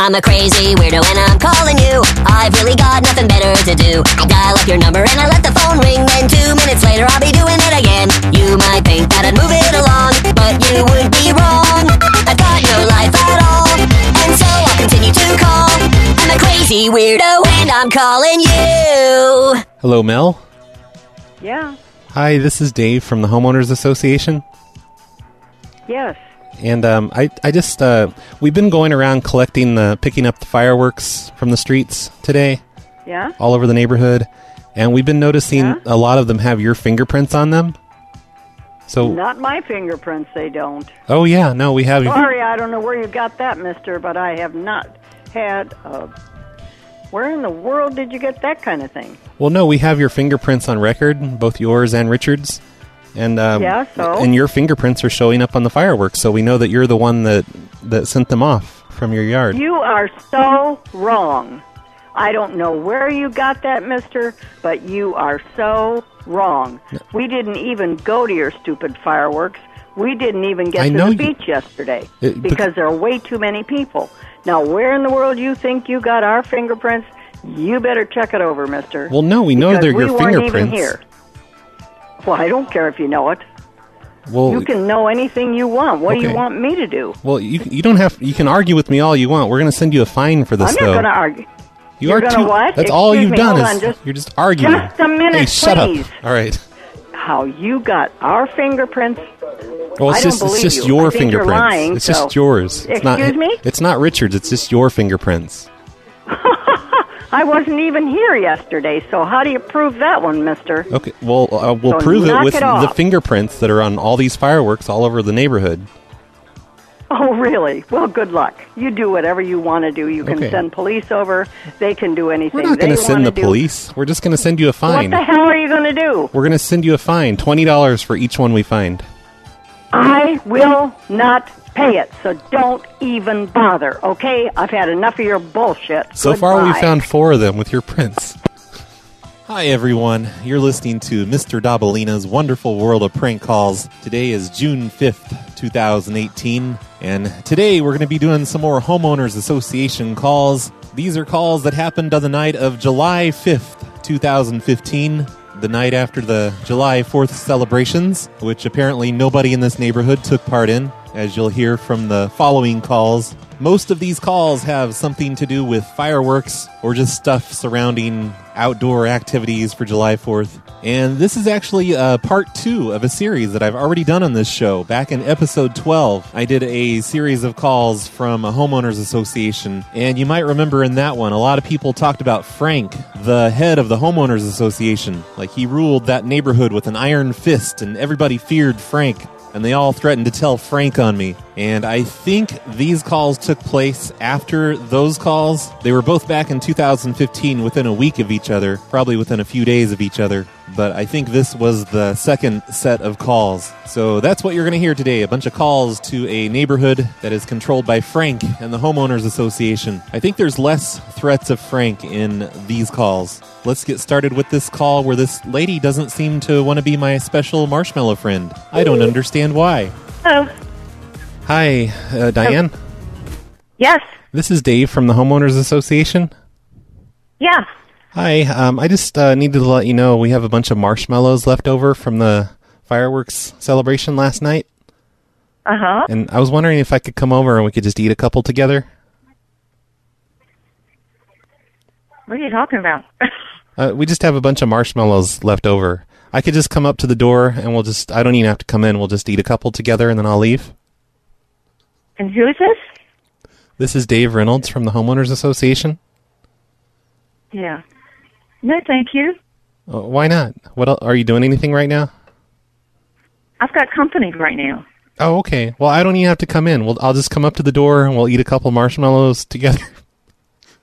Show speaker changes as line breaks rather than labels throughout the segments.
I'm a crazy weirdo and I'm calling you. I've really got nothing better to do. I dial up your number and I let the phone ring. Then two minutes later, I'll be doing it again. You might think that I'd move it along, but you would be wrong. I've got no life at all, and so I'll continue to call. I'm a crazy weirdo and I'm calling you.
Hello, Mel.
Yeah.
Hi, this is Dave from the Homeowners Association.
Yes.
And um, I, I just, uh, we've been going around collecting the, picking up the fireworks from the streets today,
Yeah.
all over the neighborhood. And we've been noticing
Yeah?
a lot of them have your fingerprints on them. So,
Not my fingerprints. They don't.
oh yeah, no, we have.
Sorry, I don't know where you got that, Mister, but I have not had a. Where in the world did you get that kind of thing?
Well, no, we have your fingerprints on record, both yours and Richard's. And um,
Yeah, so?
and your fingerprints are showing up on the fireworks, so we know that you're the one that that sent them off from your yard.
You are so wrong. I don't know where you got that, Mister, but you are so wrong. We didn't even go to your stupid fireworks. We didn't even get
I
to
know
the
you- Uh,
beach yesterday
It- bec-
because there are way too many people. Now, where in the world you think you got our fingerprints? You better check it over, Mister.
Well, no, we know
because
they're
we
your
weren't
fingerprints.
Even here. Well, I don't care if you know it.
Well,
You can know anything you want. What do you
Okay.
want me to do?
Well, you you don't have you can argue with me all you want. We're going to send you a fine for this
I'm not
though.
going to argue.
you
you're
are
gonna
too.
what?
That's all
Excuse
you've
me,
done
hold
is
on, just-
you're just arguing.
just a minute,
Hey, shut
please.
up. All right.
How you got our fingerprints?
Well,
I
it's
don't
just it's
believe
just
you.
your
I think you're
fingerprints.
lying,
it's
so-
just yours. It's not
Excuse me?
It's not Richard's. It's just your fingerprints.
I wasn't even here yesterday, so how do you prove that one, mister?
Okay. Well, uh, we'll
So
prove it
knock
with
it
the
off.
fingerprints that are on all these fireworks all over the neighborhood.
Oh, really? Well, good luck. You do whatever you want to do. You can
Okay.
send police over. They can do anything.
We're not
they
going to send
wanna
the
do.
police. We're just going to send you a
What
fine.
the hell are you going to do?
We're going to send you a fine, twenty dollars for each one we find.
I will not pay it, so don't even bother, okay? I've had enough of your bullshit.
So far, we
Goodbye.
found four of them with your prints. Hi, everyone. You're listening to Mr. Dabalina's Wonderful World of Prank Calls. Today is June 5th, 2018, and today we're going to be doing some more Homeowners Association calls. These are calls that happened on the night of July 5th, 2015, the night after the July 4th celebrations, which apparently nobody in this neighborhood took part in, as you'll hear from the following calls. Most of these calls have something to do with fireworks or just stuff surrounding outdoor activities for July 4th. And this is actually uh, part two of a series that I've already done on this show. Back in episode 12, I did a series of calls from a homeowners association. And you might remember in that one, a lot of people talked about Frank, the head of the homeowners association. Like he ruled that neighborhood with an iron fist, and everybody feared Frank and they all threatened to tell Frank on me. And I think these calls took place after those calls. They were both back in 2015 within a week of each other, probably within a few days of each other. But I think this was the second set of calls. So that's what you're going to hear today a bunch of calls to a neighborhood that is controlled by Frank and the Homeowners Association. I think there's less threats of Frank in these calls. Let's get started with this call where this lady doesn't seem to want to be my special marshmallow friend. I don't understand why.
Hello.
Hi, uh, Diane.
Yes.
This is Dave from the Homeowners Association.
Yeah.
Hi, um, I just uh, needed to let you know we have a bunch of marshmallows left over from the fireworks celebration last night.
Uh
Uh-huh. Oh.
huh.
And I was wondering if I could come over and we could just eat a couple together.
What are you talking about?
Uh, we just have a bunch of marshmallows left over. I could just come up to the door and we'll just, I don't even have to come in. We'll just eat a couple together and then I'll leave.
and who is this?
This is Dave Reynolds from the Homeowners Association.
Yeah. No, thank you.
Uh, why not? What el- Are you doing anything right now?
I've got company right now.
Oh, okay. Well, I don't even have to come in. Well, I'll just come up to the door and we'll eat a couple marshmallows together.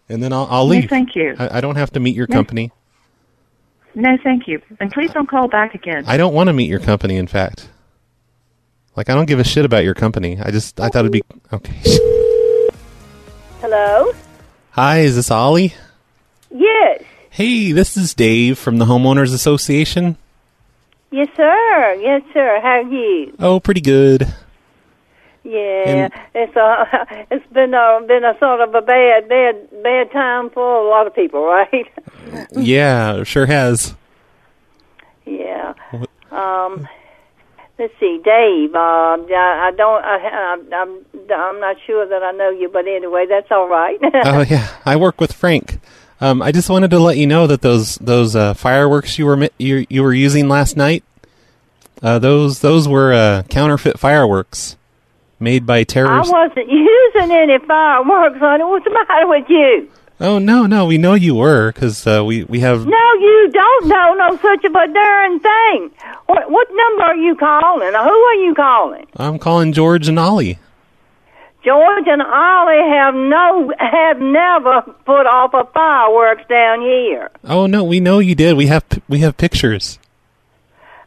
and then I'll, I'll
No,
leave.
thank you.
I, I don't have to meet your company.
No, thank you. And please don't call back again.
I don't want to meet your company, in fact. Like, I don't give a shit about your company. I just, I thought it'd be. Okay.
Hello?
Hi, is this Ollie?
Yes.
Hey, this is Dave from the Homeowners Association.
Yes, sir. Yes, sir. How are you?
Oh, pretty good.
Yeah, it's a it's been a been a sort of a bad bad bad time for a lot of people, right?
Yeah, sure has.
yeah. Um, let's see, Dave. Uh, I, I don't. I, I'm I'm not sure that I know you, but anyway, that's all right.
oh yeah, I work with Frank. Um, I just wanted to let you know that those those uh, fireworks you were mi- you, you were using last night, uh, those those were uh, counterfeit fireworks made by
I
terrorists.
wasn't using any fireworks, honey. What's the matter with you?
oh no, no, we know you were because uh, we we have
No, you don't know no such of a darn thing. What, what number are you calling? Who are you calling?
I'm calling George and Ollie.
George and Ollie have no have never put off a fireworks down here.
Oh no, we know you did. We have p- we have pictures.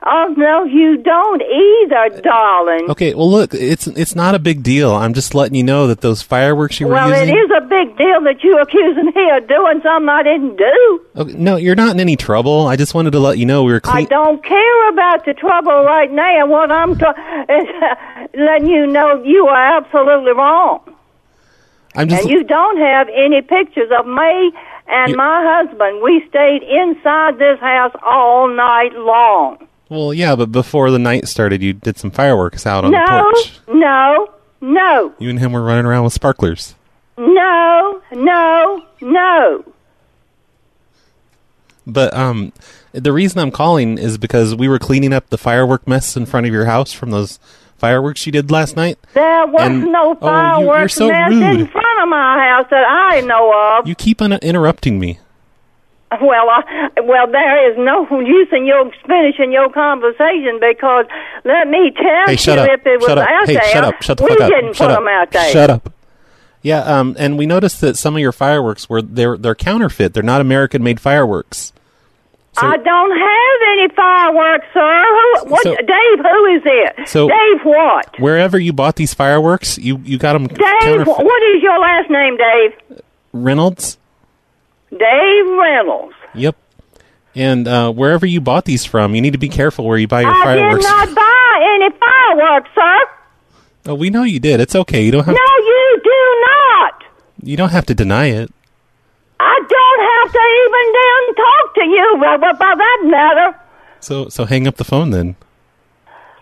Oh no, you don't either, darling.
Okay, well look, it's it's not a big deal. I'm just letting you know that those fireworks you were
well, it
using.
is a big deal that you're accusing me of doing something I didn't do.
Okay, no, you're not in any trouble. I just wanted to let you know we were
I
clean.
don't care about the trouble right now. What I'm ta- is letting you know you are absolutely wrong.
I'm just
And you don't have any pictures of me and
You-
my husband. We stayed inside this house all night long.
Well, yeah, but before the night started, you did some fireworks out on the
No,
porch.
no, no,
You and him were running around with sparklers.
no, no, no.
But um, the reason I'm calling is because we were cleaning up the firework mess in front of your house from those fireworks you did last night.
There was
And- oh,
no
you- you're
fireworks
so
nest in
rude.
front of my house that I know of.
You keep on interrupting me.
Well, I, well, there is no use in your finishing your conversation because let me tell
Hey,
you,
shut up!
if it was
Shut up!
out
Hey,
there,
shut up! Shut the
we
fuck up!
didn't
shut
put
up!
them out there.
Shut up! Yeah, um, and we noticed that some of your fireworks were they're they're counterfeit. They're not American-made fireworks. So-
I don't have any fireworks, sir. Who, what,
So-
Dave, who is it?
So-
Dave, what?
Wherever you bought these fireworks, you you got them
Dave,
counterfeit.
wh- what is your last name, Dave?
Reynolds.
Dave Reynolds.
Yep. And uh, wherever you bought these from, you need to be careful where you buy your
I did
fireworks.
not buy any fireworks, sir.
Oh, we know you did. It's okay. You don't have
No, you do not.
you don't have to deny it.
I don't have to even damn talk to you about, about that matter.
So so hang up the phone then.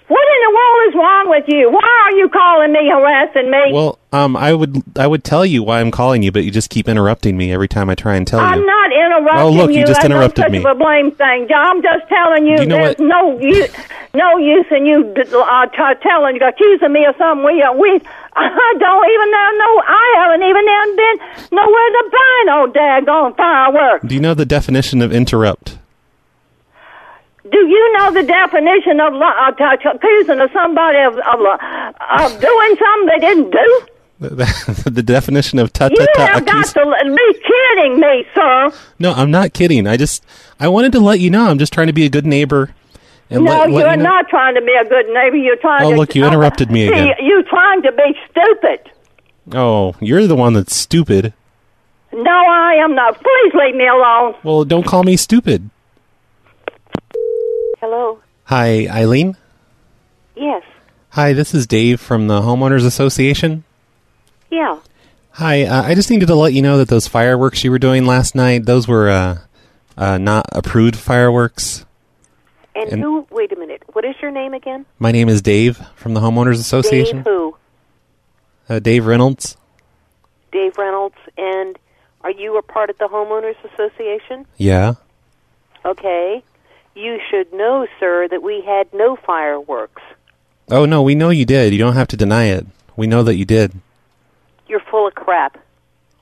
What in the world is wrong with you? Why are you calling me, harassing me?
Well, um, I would I would tell you why I'm calling you, but you just keep interrupting me every time I try and tell
I'm
you.
not interrupting
Oh, look, you
you.
just
That's not
interrupted
such
me.
of a blame thing. I'm just telling you,
Do you know
there's
what-
no use, no use in you uh, t- telling, accusing me of something. We, uh, we, I don't even know. No, I haven't even damn been nowhere to buy no daggone fireworks.
Do you know the definition of interrupt?
Do you know the definition of li- uh, t- t- accusing of somebody of of, li- of doing something they didn't do?
The, the, the definition of ta ta
You
ta
have got
accuse-
to l- be kidding me, sir.
No, I'm not kidding. I just I wanted to let you know. I'm just trying to be a good neighbor. And
No,
let, let
you're
you know-
not trying to be a good neighbor. You're trying
Oh,
to.
look, you interrupted me
See,
again.
You're trying to be stupid.
Oh, you're the one that's stupid.
No, I am not. Please leave me alone.
Well, don't call me stupid.
Hello.
Hi, Eileen.
Yes.
Hi, this is Dave from the Homeowners Association.
Yeah.
Hi, uh, I just needed to let you know that those fireworks you were doing last night, those were uh, uh, not approved fireworks.
And,
And-
who? Wait a minute. What is your name again?
My name is Dave from the Homeowners Association.
Dave. Who?
Uh, Dave Reynolds.
Dave Reynolds. And are you a part of the homeowners association?
Yeah.
Okay. You should know, sir, that we had no fireworks.
Oh no, we know you did. You don't have to deny it. We know that you did.
You're full of crap.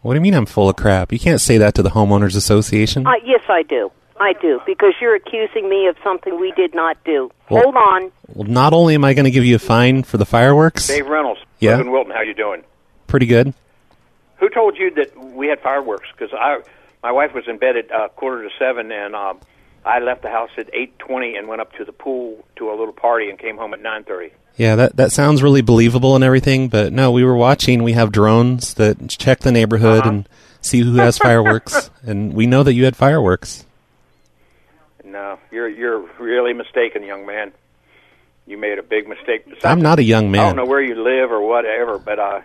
What do you mean I'm full of crap? You can't say that to the Homeowners Association.
Uh, yes, I do. I do because you're accusing me of something we did not do.
Well-
Hold on.
well, not only am I going to give you a fine for the fireworks,
Dave Reynolds,
Yeah.
Urban Wilton, how you doing?
pretty good.
Who told you that we had fireworks? Because I, my wife was in bed at uh, quarter to seven, and um, I left the house at eight twenty and went up to the pool to a little party and came home at nine thirty.
Yeah, that that sounds really believable and everything, but no, we were watching. We have drones that check the
Uh-huh.
neighborhood and see who has fireworks, and we know that you had fireworks.
uh, No, you're you're really mistaken, young man. you made a big mistake. Besides,
I'm not a young
I
man.
don't know where you live or whatever, but uh,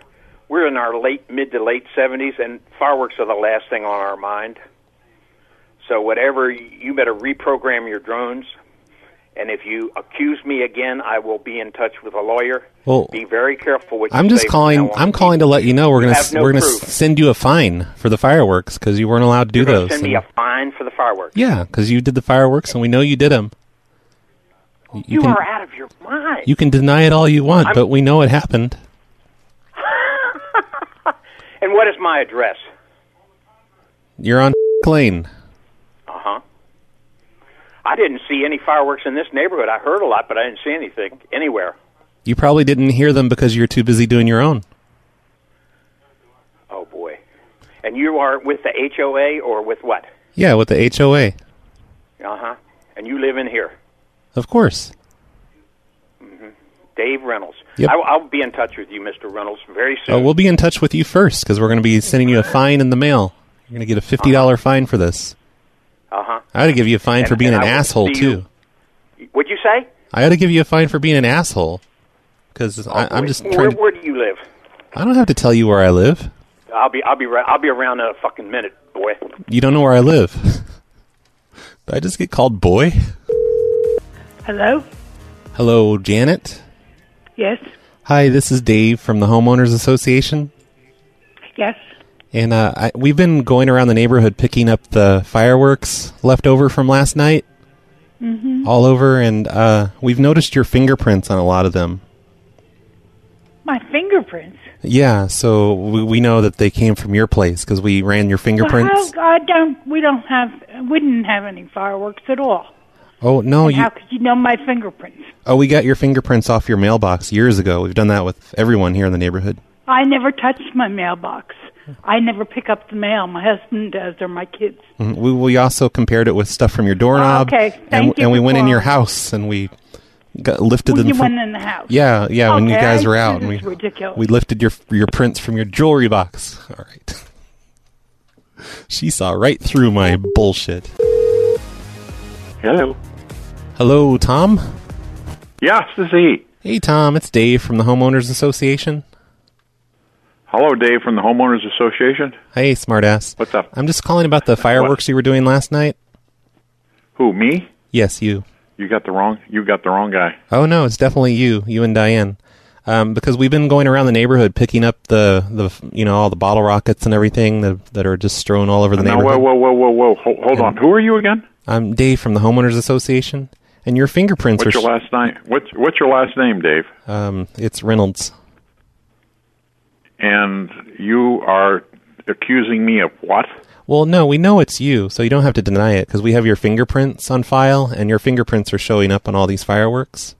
we're in our late, mid to late 70s, and fireworks are the last thing on our mind. So whatever, you better reprogram your drones. And if you accuse me again, I will be in touch with a lawyer.
Well,
be very careful what
Oh. I'm
you
just
say from
calling.
now on.
I'm calling to let you know we're gonna
have
s-
no
we're gonna
proof.
s- send you a fine for the fireworks because you weren't allowed to do
You're gonna
those.
Send me
And-
a fine for the fireworks.
yeah, because you did the fireworks and we know you did them. You,
You,
can
are out of your mind.
you can deny it all you want, but we know it happened.
and what is my address?
You're on lane.
Uh huh. I didn't see any fireworks in this neighborhood. I heard a lot, but I didn't see anything anywhere.
You probably didn't hear them because you're too busy doing your own.
Oh boy. And you are with the HOA or with what?
Yeah, with the HOA,
Uh huh. And you live in here, Mm-hmm.
of course.
Dave Reynolds.
Yep.
I, I'll be in touch with you, Mr. Reynolds, very soon.
Oh, we'll be in touch with you first because we're going to be sending you a fine in the mail. You're going to get a fifty dollar fine for this.
Uh huh.
I ought to give you a fine
Uh-huh. And-
for being an
and I will
asshole
see you.
too.
What'd you say?
I ought to give you a fine for being an asshole because I'm
Oh, Wait,
just
where,
trying. To,
where do you live?
I don't have to tell you where I live.
I'll be I'll be right, I'll be around in a fucking minute, boy.
You don't know where I live. Did I just get called boy?
Hello?
Hello, Janet.
Yes?
Hi, this is Dave from the Homeowners Association.
Yes?
And uh, I, we've been going around the neighborhood picking up the fireworks left over from last night, all over, and uh, we've noticed your fingerprints on a lot of them.
My fingerprints.
Yeah, so we, we know that they came from your place because we ran your fingerprints.
Well, how, I don't, we don't have, we didn't have any fireworks at all.
oh no, you,
How could you know my fingerprints?
oh we got your fingerprints off your mailbox years ago. We've done that with everyone here in the neighborhood.
I never touched my mailbox. I never pick up the mail. My husband does, or my kids.
Mhm. We we also compared it with stuff from your doorknob.
Oh, okay.
and,
Thank you
and we
for
went in your
calling.
house and we got lifted
When
them.
you
from,
went in the house.
Yeah, yeah. When you
Okay,
guys were
this
out, and we
is ridiculous.
we lifted your your prints from your jewelry box. All right. she saw right through my bullshit.
Hello.
Hello, Tom.
Yes, this is he.
Hey, Tom. It's Dave from the Homeowners Association.
Hello, Dave from the Homeowners Association.
Hey, smartass.
What's up?
I'm just calling about the fireworks you were doing last night.
Who? Me?
Yes, you.
You got the wrong. You got the wrong guy.
Oh no, it's definitely you, you and Diane, um, because we've been going around the neighborhood picking up the the you know all the bottle rockets and everything that that are just strewn all over the
Now, whoa,
neighborhood.
whoa, whoa, whoa, whoa. Hold, hold on. Who are you again?
I'm Dave from the homeowners association, and your fingerprints
What's
are.
your last name? What's What's your last name, Dave?
um, it's Reynolds.
And you are accusing me of what?
Well, no, we know it's you, so you don't have to deny it because we have your fingerprints on file, and your fingerprints are showing up on all these fireworks.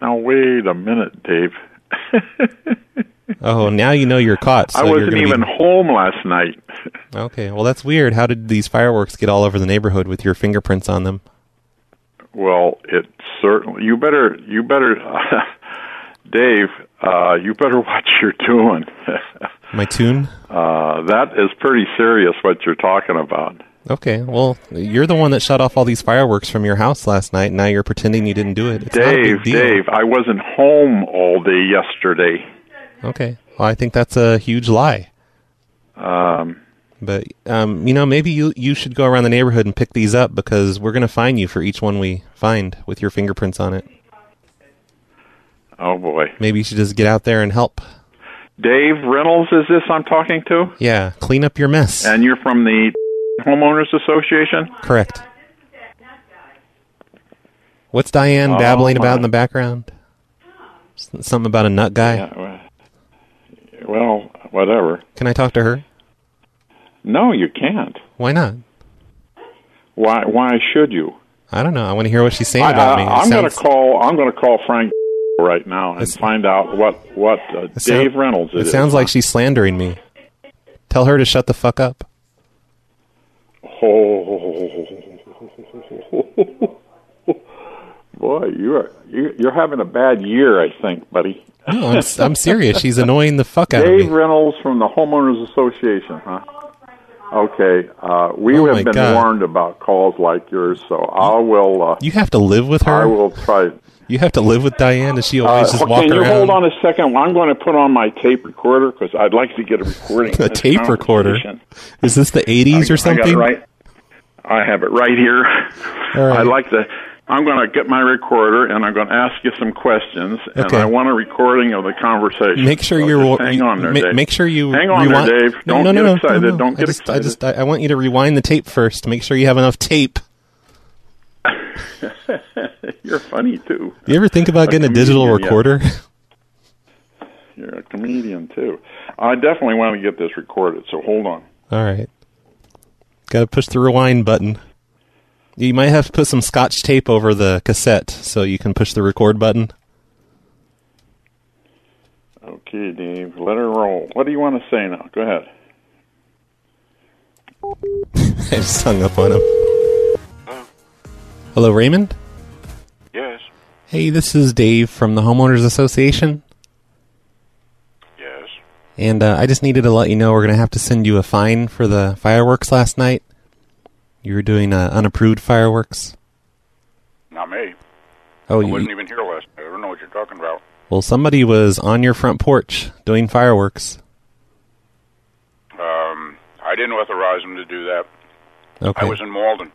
Now, wait a minute, Dave.
Oh, now you know you're caught. So
I
you're
wasn't
gonna be-
even home last night.
Okay, well that's weird. How did these fireworks get all over the neighborhood with your fingerprints on them?
Well, it certainly. You better. You better. Dave, uh, you better watch your doing.
My tune.
Uh, that is pretty serious what you're talking about.
Okay, well, you're the one that shut off all these fireworks from your house last night. and Now you're pretending you didn't do it. It's not a
Dave,
big deal.
Dave, I wasn't home all day yesterday.
Okay, well, I think that's a huge lie.
Um,
But um, you know, maybe you you should go around the neighborhood and pick these up because we're gonna fine you for each one we find with your fingerprints on it.
oh boy.
Maybe you should just get out there and help.
Dave Reynolds is this I'm talking to?
Yeah, clean up your mess.
And you're from the Homeowners Association?
Correct. What's Diane
Oh,
babbling
my.
about in the background? S- Something about a nut guy.
Yeah, well, whatever.
Can I talk to her?
No, you can't.
Why not?
Why why should you?
I don't know. I want to hear what she's saying
I, uh,
about me. It
am going
sounds-
to call I'm going to call Frank right now and
It's-
find out what what uh,
It sound-
Dave Reynolds
It,
is.
sounds like she's slandering me. Tell her to shut the fuck up.
Oh, boy, you're you- you're having a bad year, I think, buddy.
No, I'm, s- I'm serious. She's annoying the fuck out of
Dave
me.
Reynolds from the Homeowners Association, huh? Okay, uh, we
Oh, my
have been
God.
warned about calls like yours, so I will. Uh,
You have to live with
I
her.
will try.
You have to live with Diane. Does she always
Uh,
just
well,
walk
can you
around?
hold on a second? I'm going to put on my tape recorder because I'd like to get a recording. of
a
this
tape
conversation.
recorder. Is this the 80s or something?
I got it right. I have it right here.
right.
I like the. I'm going to get my recorder and I'm going to ask you some questions, and
Okay.
I want a recording of the conversation.
Make sure
So
you're
Oh, just hang
you-
on there,
ma-
Dave.
Make sure you
hang on
rewind.
there, Dave.
No,
Don't
no, no,
get
no,
excited.
No, no.
Don't get
I just,
excited.
I just, I, I want you to rewind the tape first. Make sure you have enough tape.
you're funny too.
You ever think about
A
getting a digital
comedian, yeah.
recorder?
You're a comedian too. I definitely want to get this recorded. So hold on.
All right. Got to push the rewind button. You might have to put some scotch tape over the cassette so you can push the record button.
Okay, Dave. Let her roll. What do you want to say now? Go ahead.
I just hung up on him. Hello, Raymond.
Yes.
Hey, this is Dave from the Homeowners Association.
Yes.
And uh, I just needed to let you know we're going to have to send you a fine for the fireworks last night. You were doing uh, unapproved fireworks.
Not me.
Oh,
I
you-
wasn't even here last night. I don't know what you're talking about.
Well, somebody was on your front porch doing fireworks.
Um, I didn't authorize him to do that.
Okay.
I was in Malden.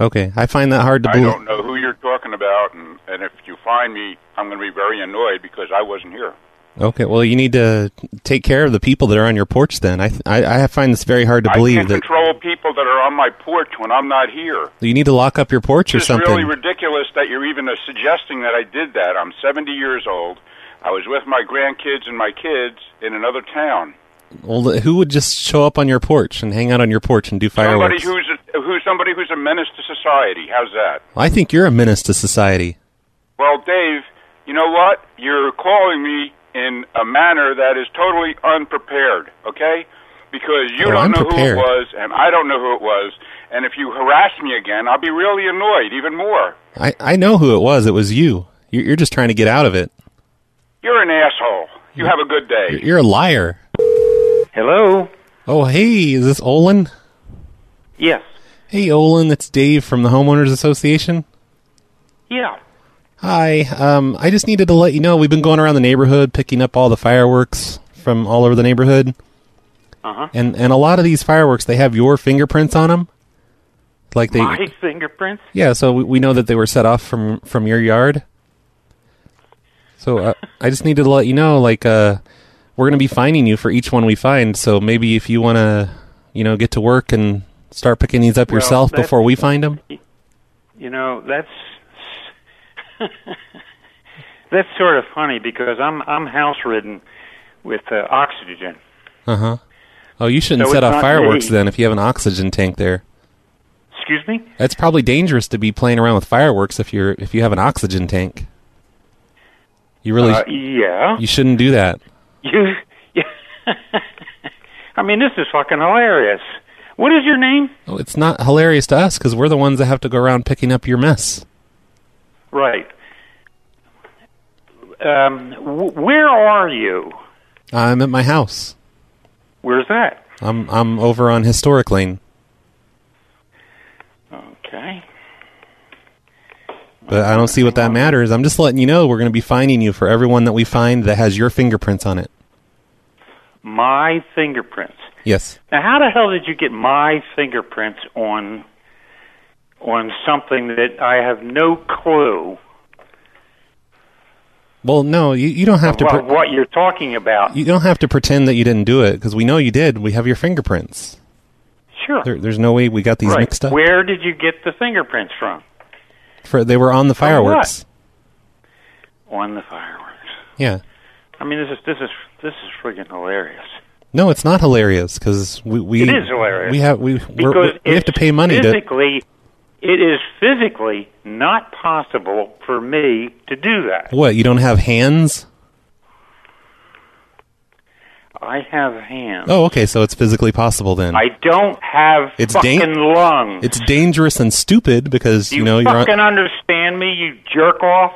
Okay, I find that hard to
I
believe.
don't know who you're talking about, and, and if you find me, I'm going to be very annoyed because I wasn't here.
Okay, well, you need to take care of the people that are on your porch. Then I I, I find this very hard to
I
believe
can't
that
control people that are on my porch when I'm not here.
you need to lock up your porch or
It's
something.
really ridiculous that you're even uh, suggesting that I did that. I'm 70 years old. I was with my grandkids and my kids in another town.
well, th- who would just show up on your porch and hang out on your porch and do
Somebody
fireworks?
who's a, who's somebody who's a menace to society. How's that?
I think you're a menace to society.
Well, Dave, you know what? You're calling me in a manner that is totally unprepared, okay? Because you
Oh,
don't
I'm
know
prepared.
who it was, and I don't know who it was, and if you harass me again, I'll be really annoyed even more.
I I know who it was. It was you. You're, you're just trying to get out of it.
You're an asshole. You have a good day.
You're, you're a liar.
Hello.
Oh, hey, is this Olin?
Yes.
Hey, Olin, it's Dave from the Homeowners Association.
Yeah.
Hi. Um, I just needed to let you know we've been going around the neighborhood picking up all the fireworks from all over the neighborhood.
Uh-huh.
And and a lot of these fireworks, they have your fingerprints on them. Like they,
My fingerprints.
yeah. So we, we know that they were set off from from your yard. So uh, I just needed to let you know, like, uh, we're gonna be fining you for each one we find. So maybe if you wanna, you know, get to work and start picking these up
Well,
yourself
that-
before we find them.
You know, that's that's sort of funny because I'm I'm house ridden with uh, oxygen.
Uh huh. Oh, you shouldn't
So
set
it's
off
not
fireworks
really-
then if you have an oxygen tank there.
Excuse me.
That's probably dangerous to be playing around with fireworks if you're if you have an oxygen tank. You really
Uh, yeah.
you shouldn't do that.
You. Yeah. I mean, this is fucking hilarious. What is your name?
Oh, it's not hilarious to us because we're the ones that have to go around picking up your mess.
Right. Um, w- where are you?
I'm at my house.
Where's that?
I'm I'm over on historic lane,
Okay.
but I don't see what that matters. I'm just letting you know we're going to be fining you for everyone that we find that has your fingerprints on it.
My fingerprints.
Yes.
Now, how the hell did you get my fingerprints on on something that I have no clue
Well, no, you, you don't have to.
about
Pre-
what you're talking about?
you don't have to pretend that you didn't do it because we know you did. We have your fingerprints.
Sure.
There, there's no way we got these
right.
mixed up.
Where did you get the fingerprints from?
For they were on
Oh,
the fireworks.
On the fireworks.
Yeah.
I mean, this is this is this is friggin' hilarious.
No, it's not hilarious because we, we
it is hilarious.
We have we we're,
because
we- we have to
it's
pay money to.
physically, it is physically not possible for me to do that.
What you don't have hands?
I have hands.
Oh, okay, so it's physically possible then.
I don't have
It's
fucking
dan-
lungs.
it's dangerous and stupid because you,
you
know you're
fucking
on.
understand me, you jerk off?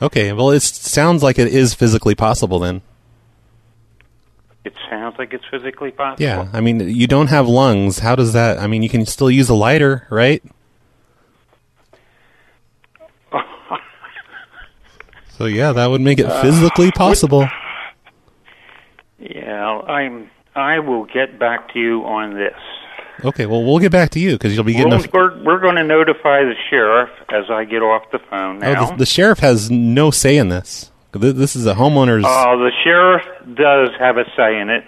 Okay, well, it sounds like it is physically possible then.
It sounds like it's physically possible.
Yeah, I mean you don't have lungs. How does that? I mean you can still use a lighter, right? So yeah, that would make it
Uh,
physically
would-
possible.
Yeah, I'm. I will get back to you on this.
Okay, well we'll get back to you because you'll be getting.
We'll,
A,
we're we're going to notify the sheriff as I get off the phone now.
oh, the, the sheriff has no say in this. Th- This is a homeowner's.
Uh, the sheriff does have a say in it.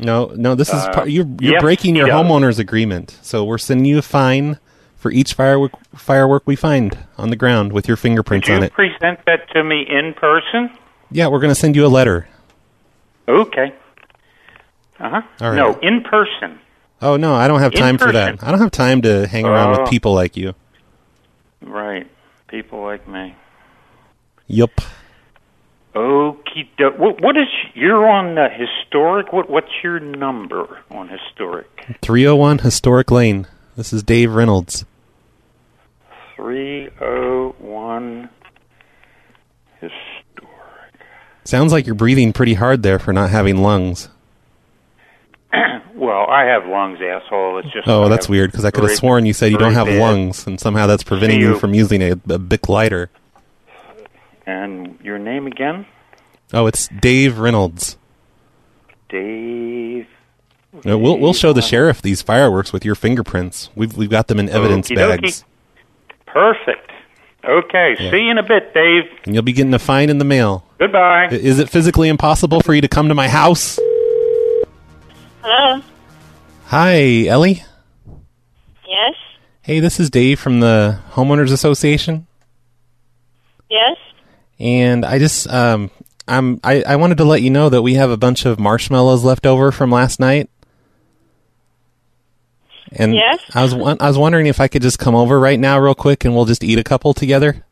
no, no, this is
uh,
part, you're you're
yes,
breaking
he
your
does.
homeowner's agreement. So we're sending you a fine for each firework firework we find on the ground with your fingerprints on
You
it.
present that to me in person.
Yeah, we're going to send you a letter.
Okay. Uh
All
huh.
right.
No, in person.
Oh no, I don't have
In
time for that.
person.
I don't have time to hang around
Oh.
with people like you.
Right. People like me.
Yup.
Okie doke. What, what is you're on uh, historic? What what's your number on historic?
301 Historic Lane. This is Dave Reynolds.
Three oh one.
Sounds like you're breathing pretty hard there for not having lungs.
Well, I have lungs, asshole. It's just
Oh,
I
that's
have
weird because I could have
very-
sworn you said you
very
don't have
bad-
lungs, and somehow that's preventing you
Ew.
from using a, a Bic lighter.
And your name again?
Oh, it's Dave Reynolds.
Dave.
Uh, We'll we'll show the sheriff these fireworks with your fingerprints. We've we've got them in evidence
Okey-dokey.
bags,
Perfect. Okay.
Yeah.
See you in a bit, Dave.
and you'll be getting a fine in the mail.
Goodbye.
I- Is it physically impossible for you to come to my house?
Hello.
Hi, Ellie.
Yes.
Hey, this is Dave from the homeowners association.
Yes.
and I just um I'm I, I wanted to let you know that we have a bunch of marshmallows left over from last night. And
Yes?
I was won- I was wondering if I could just come over right now real quick and we'll just eat a couple together.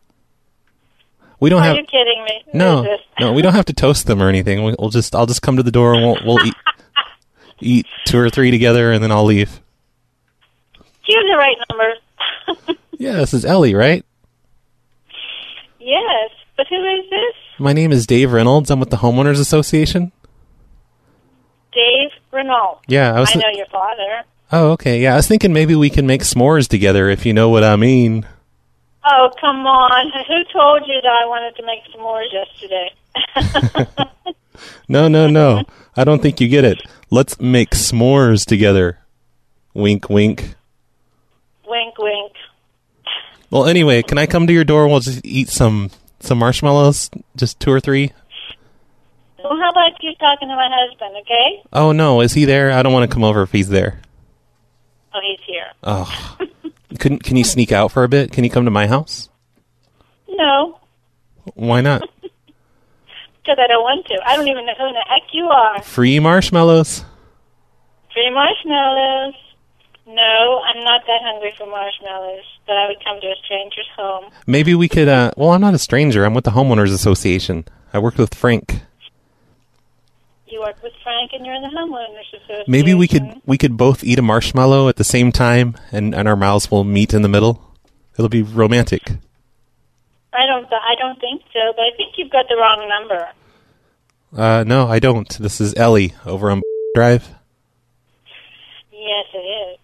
We don't
Are
have
you kidding me? Who
no
is this?
no we don't have to toast them or anything. We- We'll just I'll just come to the door and we'll we'll eat eat two or three together and then I'll leave.
Do you have the right number?
Yeah, this is Ellie, right?
Yes. But who is this?
My name is Dave Reynolds. I'm with the homeowners association.
Dave Renault.
Yeah, I was-
know your father.
Oh, okay. Yeah, I was thinking maybe we can make s'mores together if you know what I mean.
Oh, come on. Who told you that I wanted to make s'mores yesterday?
No, no, no. I don't think you get it. Let's make s'mores together. Wink, wink.
wink, wink.
Well, anyway, can I come to your door and we'll just eat some some marshmallows, just two or three?
Well, how about you talking to my husband, okay?
Oh no, is he there? I don't want to come over if he's there.
Oh, he's here.
Oh, couldn't? Can you sneak out for a bit? Can you come to my house?
No,
Why not?
because I don't want to. I don't even know who in the heck you are.
Free marshmallows.
Free marshmallows. No, I'm not that hungry for marshmallows, but I would come to a stranger's home.
Maybe we could. uh Well, I'm not a stranger. I'm with the homeowners association. I worked with Frank.
You work with Frank and you're in the homeowners association.
Maybe we could we could both eat a marshmallow at the same time, and and our mouths will meet in the middle. It'll be romantic.
I don't. th- I don't think so. But I think you've got the wrong number.
Uh, no, I don't. This is Ellie over on Drive.
Yes, it is.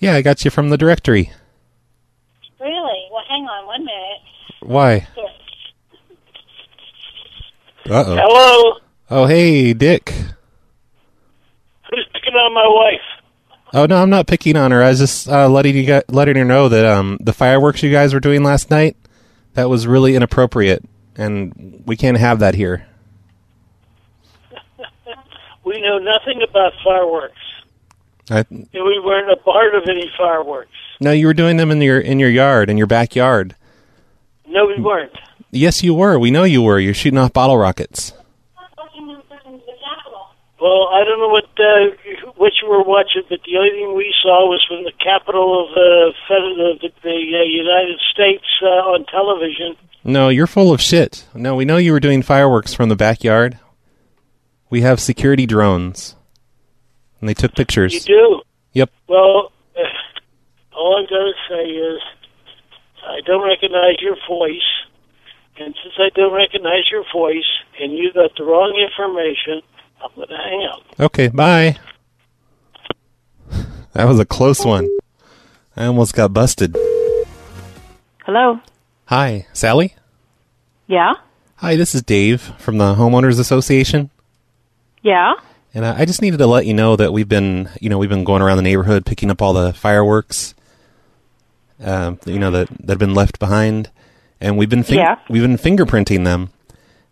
Yeah, I got you from the directory.
Really? Well, hang on one minute.
Why? Uh oh.
Hello,
Oh hey, Dick.
who's picking on my wife?
Oh no, I'm not picking on her. I was just uh, letting you gu- letting her know that um the fireworks you guys were doing last night that was really inappropriate, and we can't have that here.
We know nothing about fireworks,
I,
and we weren't a part of any fireworks.
no, you were doing them in your in your yard in your backyard.
No, we weren't.
Yes, you were. We know you were. You're shooting off bottle rockets.
Well, I don't know what uh, what you were watching, but the only thing we saw was from the capital of uh, federal, of the, the uh, United States uh, on television.
No, you're full of shit. No, we know you were doing fireworks from the backyard. We have security drones. And they took
You
pictures.
do.
Yep.
Well, all I'm going to say is I don't recognize your voice. And since I don't recognize your voice and you got the wrong information, I'm going to hang up.
Okay, bye. That was a close one. I almost got busted.
Hello.
Hi, Sally?
Yeah.
Hi, this is Dave from the Homeowners Association.
Yeah.
And I I just needed to let you know that we've been, you know, we've been going around the neighborhood picking up all the fireworks, um, you know, that that have been left behind, and we've been fin-
Yeah.
we've been fingerprinting them,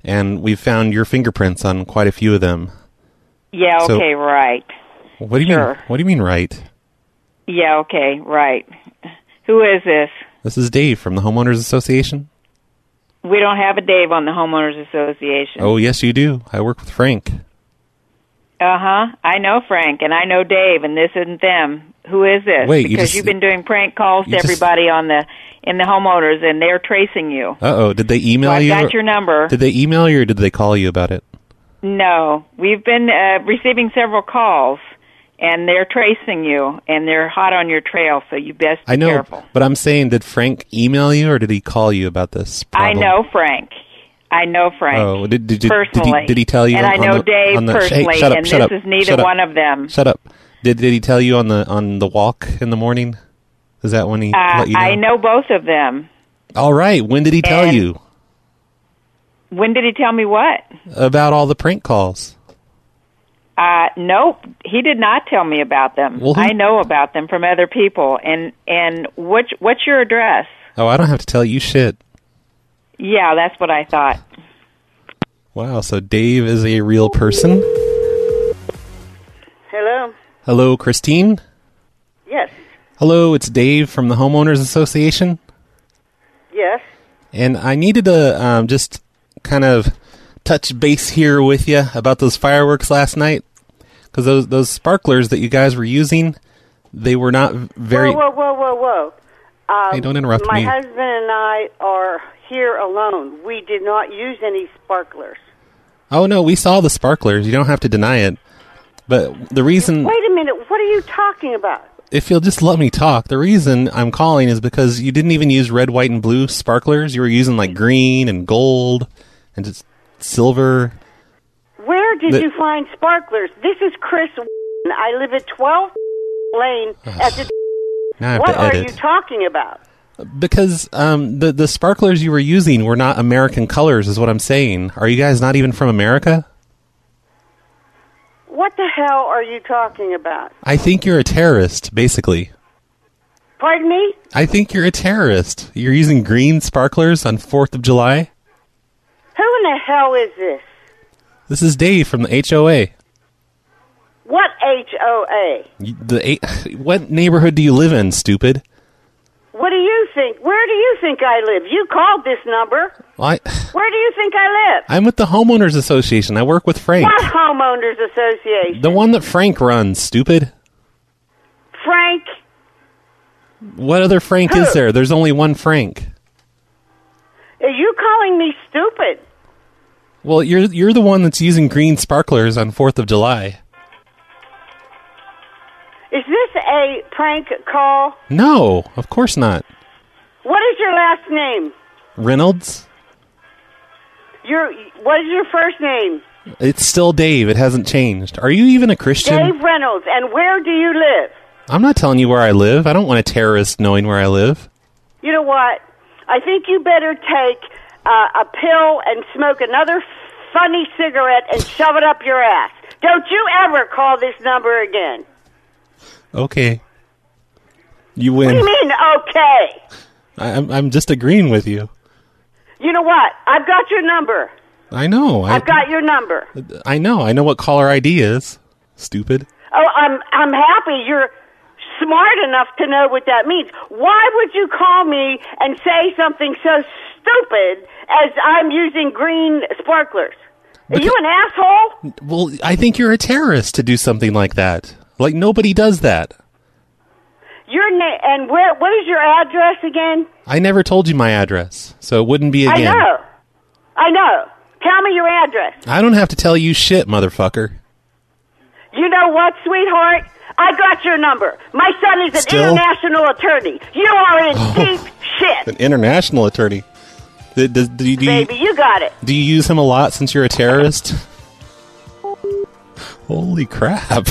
and we've found your fingerprints on quite a few of them.
Yeah.
So-
Okay. right.
What do you mean? What do you mean, right?
Yeah. Okay. Right. Who is this?
This is Dave from the Homeowners Association.
We don't have a Dave on the homeowners association.
Oh, yes, you do. I work with Frank.
Uh huh. I know Frank and I know Dave, and this isn't them. Who is this?
Wait, you
because
just-
have been doing prank calls to
you just-
everybody on the in the homeowners, and they're tracing you.
Uh oh, did they email
I've
you?
got your number.
Did they email you or did they call you about it?
No, we've been uh, receiving several calls, and they're tracing you, and they're hot on your trail. So you best be
I know,
careful.
but I'm saying, did Frank email you or did he call you about this?
I
problem?
know Frank. I know Frank.
Oh, did, did, did, did,
personally.
he, did he tell you?
And
on
I know
the,
Dave
on the,
personally,
Hey, shut up,
and
shut
this
up,
is neither
shut up,
one of them.
Shut up. Did did he tell you on the on the walk in the morning? Is that when he
Uh,
let you know?
I know both of them.
All right. When did he tell
And-
you
When did he tell me what?
about all the prank calls?
Uh, nope, he did not tell me about them.
Well, who-
I know about them from other people. And and what what's your address?
Oh, I don't have to tell you shit.
Yeah, that's what I thought.
Wow. So Dave is a real person.
Hello.
Hello, Christine.
Yes.
Hello, it's Dave from the Homeowners Association.
Yes.
And I needed to um, just kind of touch base here with you about those fireworks last night, because those those sparklers that you guys were using, they were not very.
Whoa, whoa, whoa, whoa, whoa. Um,
Hey, don't interrupt
my
me.
My husband and I are here alone. We did not use any sparklers.
Oh no, we saw the sparklers. You don't have to deny it. But the reason,
Wait a minute. What are you talking about?
if you'll just let me talk, the reason I'm calling is because you didn't even use red, white, and blue sparklers. You were using like green and gold and just silver.
Where did
The-
you find sparklers? This is Chris. I live at 12 Lane at the.
Now I have
What
to
are
edit.
you talking about?
Because um, the the sparklers you were using were not American colors, is what I'm saying. Are you guys not even from America?
What the hell are you talking about?
I think you're a terrorist, basically.
Pardon me?
I think you're a terrorist. You're using green sparklers on Fourth of July.
Who in the hell is this?
This is Dave from the HOA.
What HOA?
You- The eight, what neighborhood do you live in, stupid?
What do you think? Where do you think I live? You called this number.
Well, I,
Where do you think I live?
I'm with the homeowners association. I work with Frank,
What homeowners association?
the one that Frank runs. Stupid.
Frank,
What other Frank is there? There's only one Frank.
are you calling me stupid?
Well, you're you're the one that's using green sparklers on Fourth of July.
Is this a prank call?
No, of course not.
What is your last name?
Reynolds?
Your what is your first name?
It's still Dave. It hasn't changed. Are you even a Christian?
Dave Reynolds. And where do you live?
I'm not telling you where I live. I don't want a terrorist knowing where I live.
You know what? I think you better take uh, a pill and smoke another funny cigarette and shove it up your ass. Don't you ever call this number again.
Okay. You
What
win.
do you mean? Okay.
I, I'm, I'm just agreeing with you.
You know what? I've got your number.
I know. I, Uh,
I've got your number.
I know. I know what caller ID is. Stupid.
Oh, I'm I'm happy you're smart enough to know what that means. Why would you call me and say something so stupid as I'm using green sparklers? Are you an asshole?
Well, I think you're a terrorist to do something like that. Like, nobody does that.
Your na- and where? What is your address again?
I never told you my address, so it wouldn't be
I
again.
know. I know. Tell me your address.
I don't have to tell you shit, motherfucker.
You know what, sweetheart? I got your number. My son is an
Still? Oh,
international attorney. You are in deep shit,
An international attorney. Th- does- do you- do you-
baby. You got it.
Do you use him a lot since you're a terrorist? Holy crap.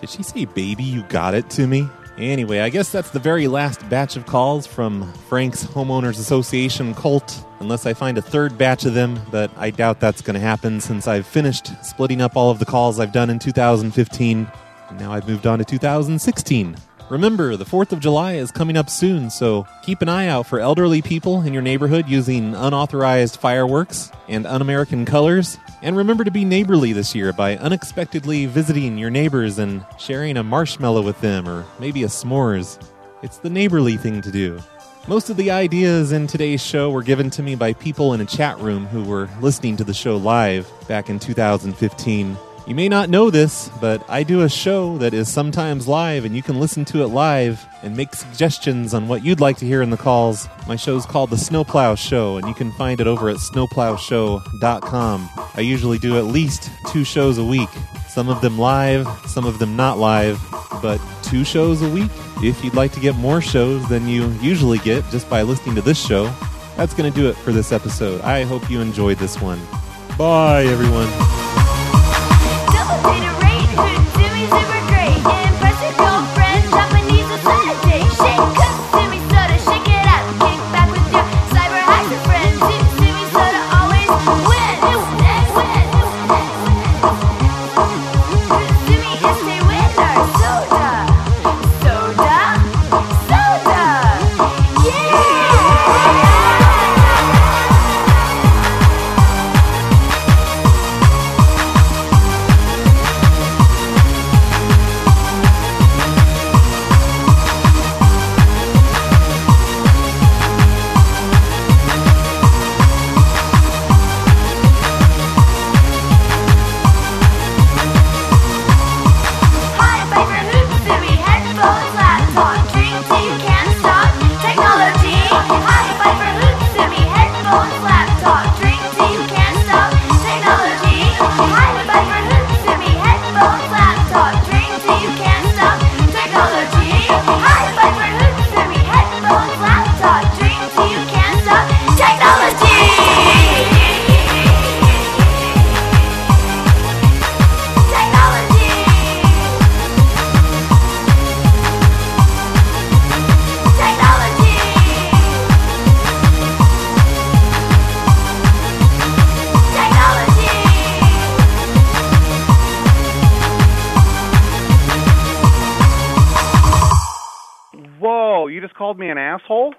Did she say baby you got it to me? Anyway, I guess that's the very last batch of calls from Frank's Homeowners Association cult, unless I find a third batch of them, but I doubt that's going to happen since I've finished splitting up all of the calls I've done in 2015. And now I've moved on to 2016. Remember, the 4th of July is coming up soon, so keep an eye out for elderly people in your neighborhood using unauthorized fireworks and un American colors. And remember to be neighborly this year by unexpectedly visiting your neighbors and sharing a marshmallow with them or maybe a s'mores. It's the neighborly thing to do. Most of the ideas in today's show were given to me by people in a chat room who were listening to the show live back in 2015. You may not know this, but I do a show that is sometimes live, and you can listen to it live and make suggestions on what you'd like to hear in the calls. My show's called The Snowplow Show, and you can find it over at snowplowshow.com. I usually do at least two shows a week, some of them live, some of them not live, but two shows a week. If you'd like to get more shows than you usually get just by listening to this show, that's going to do it for this episode. I hope you enjoyed this one. Bye, everyone.
Whoa, you just called me an asshole?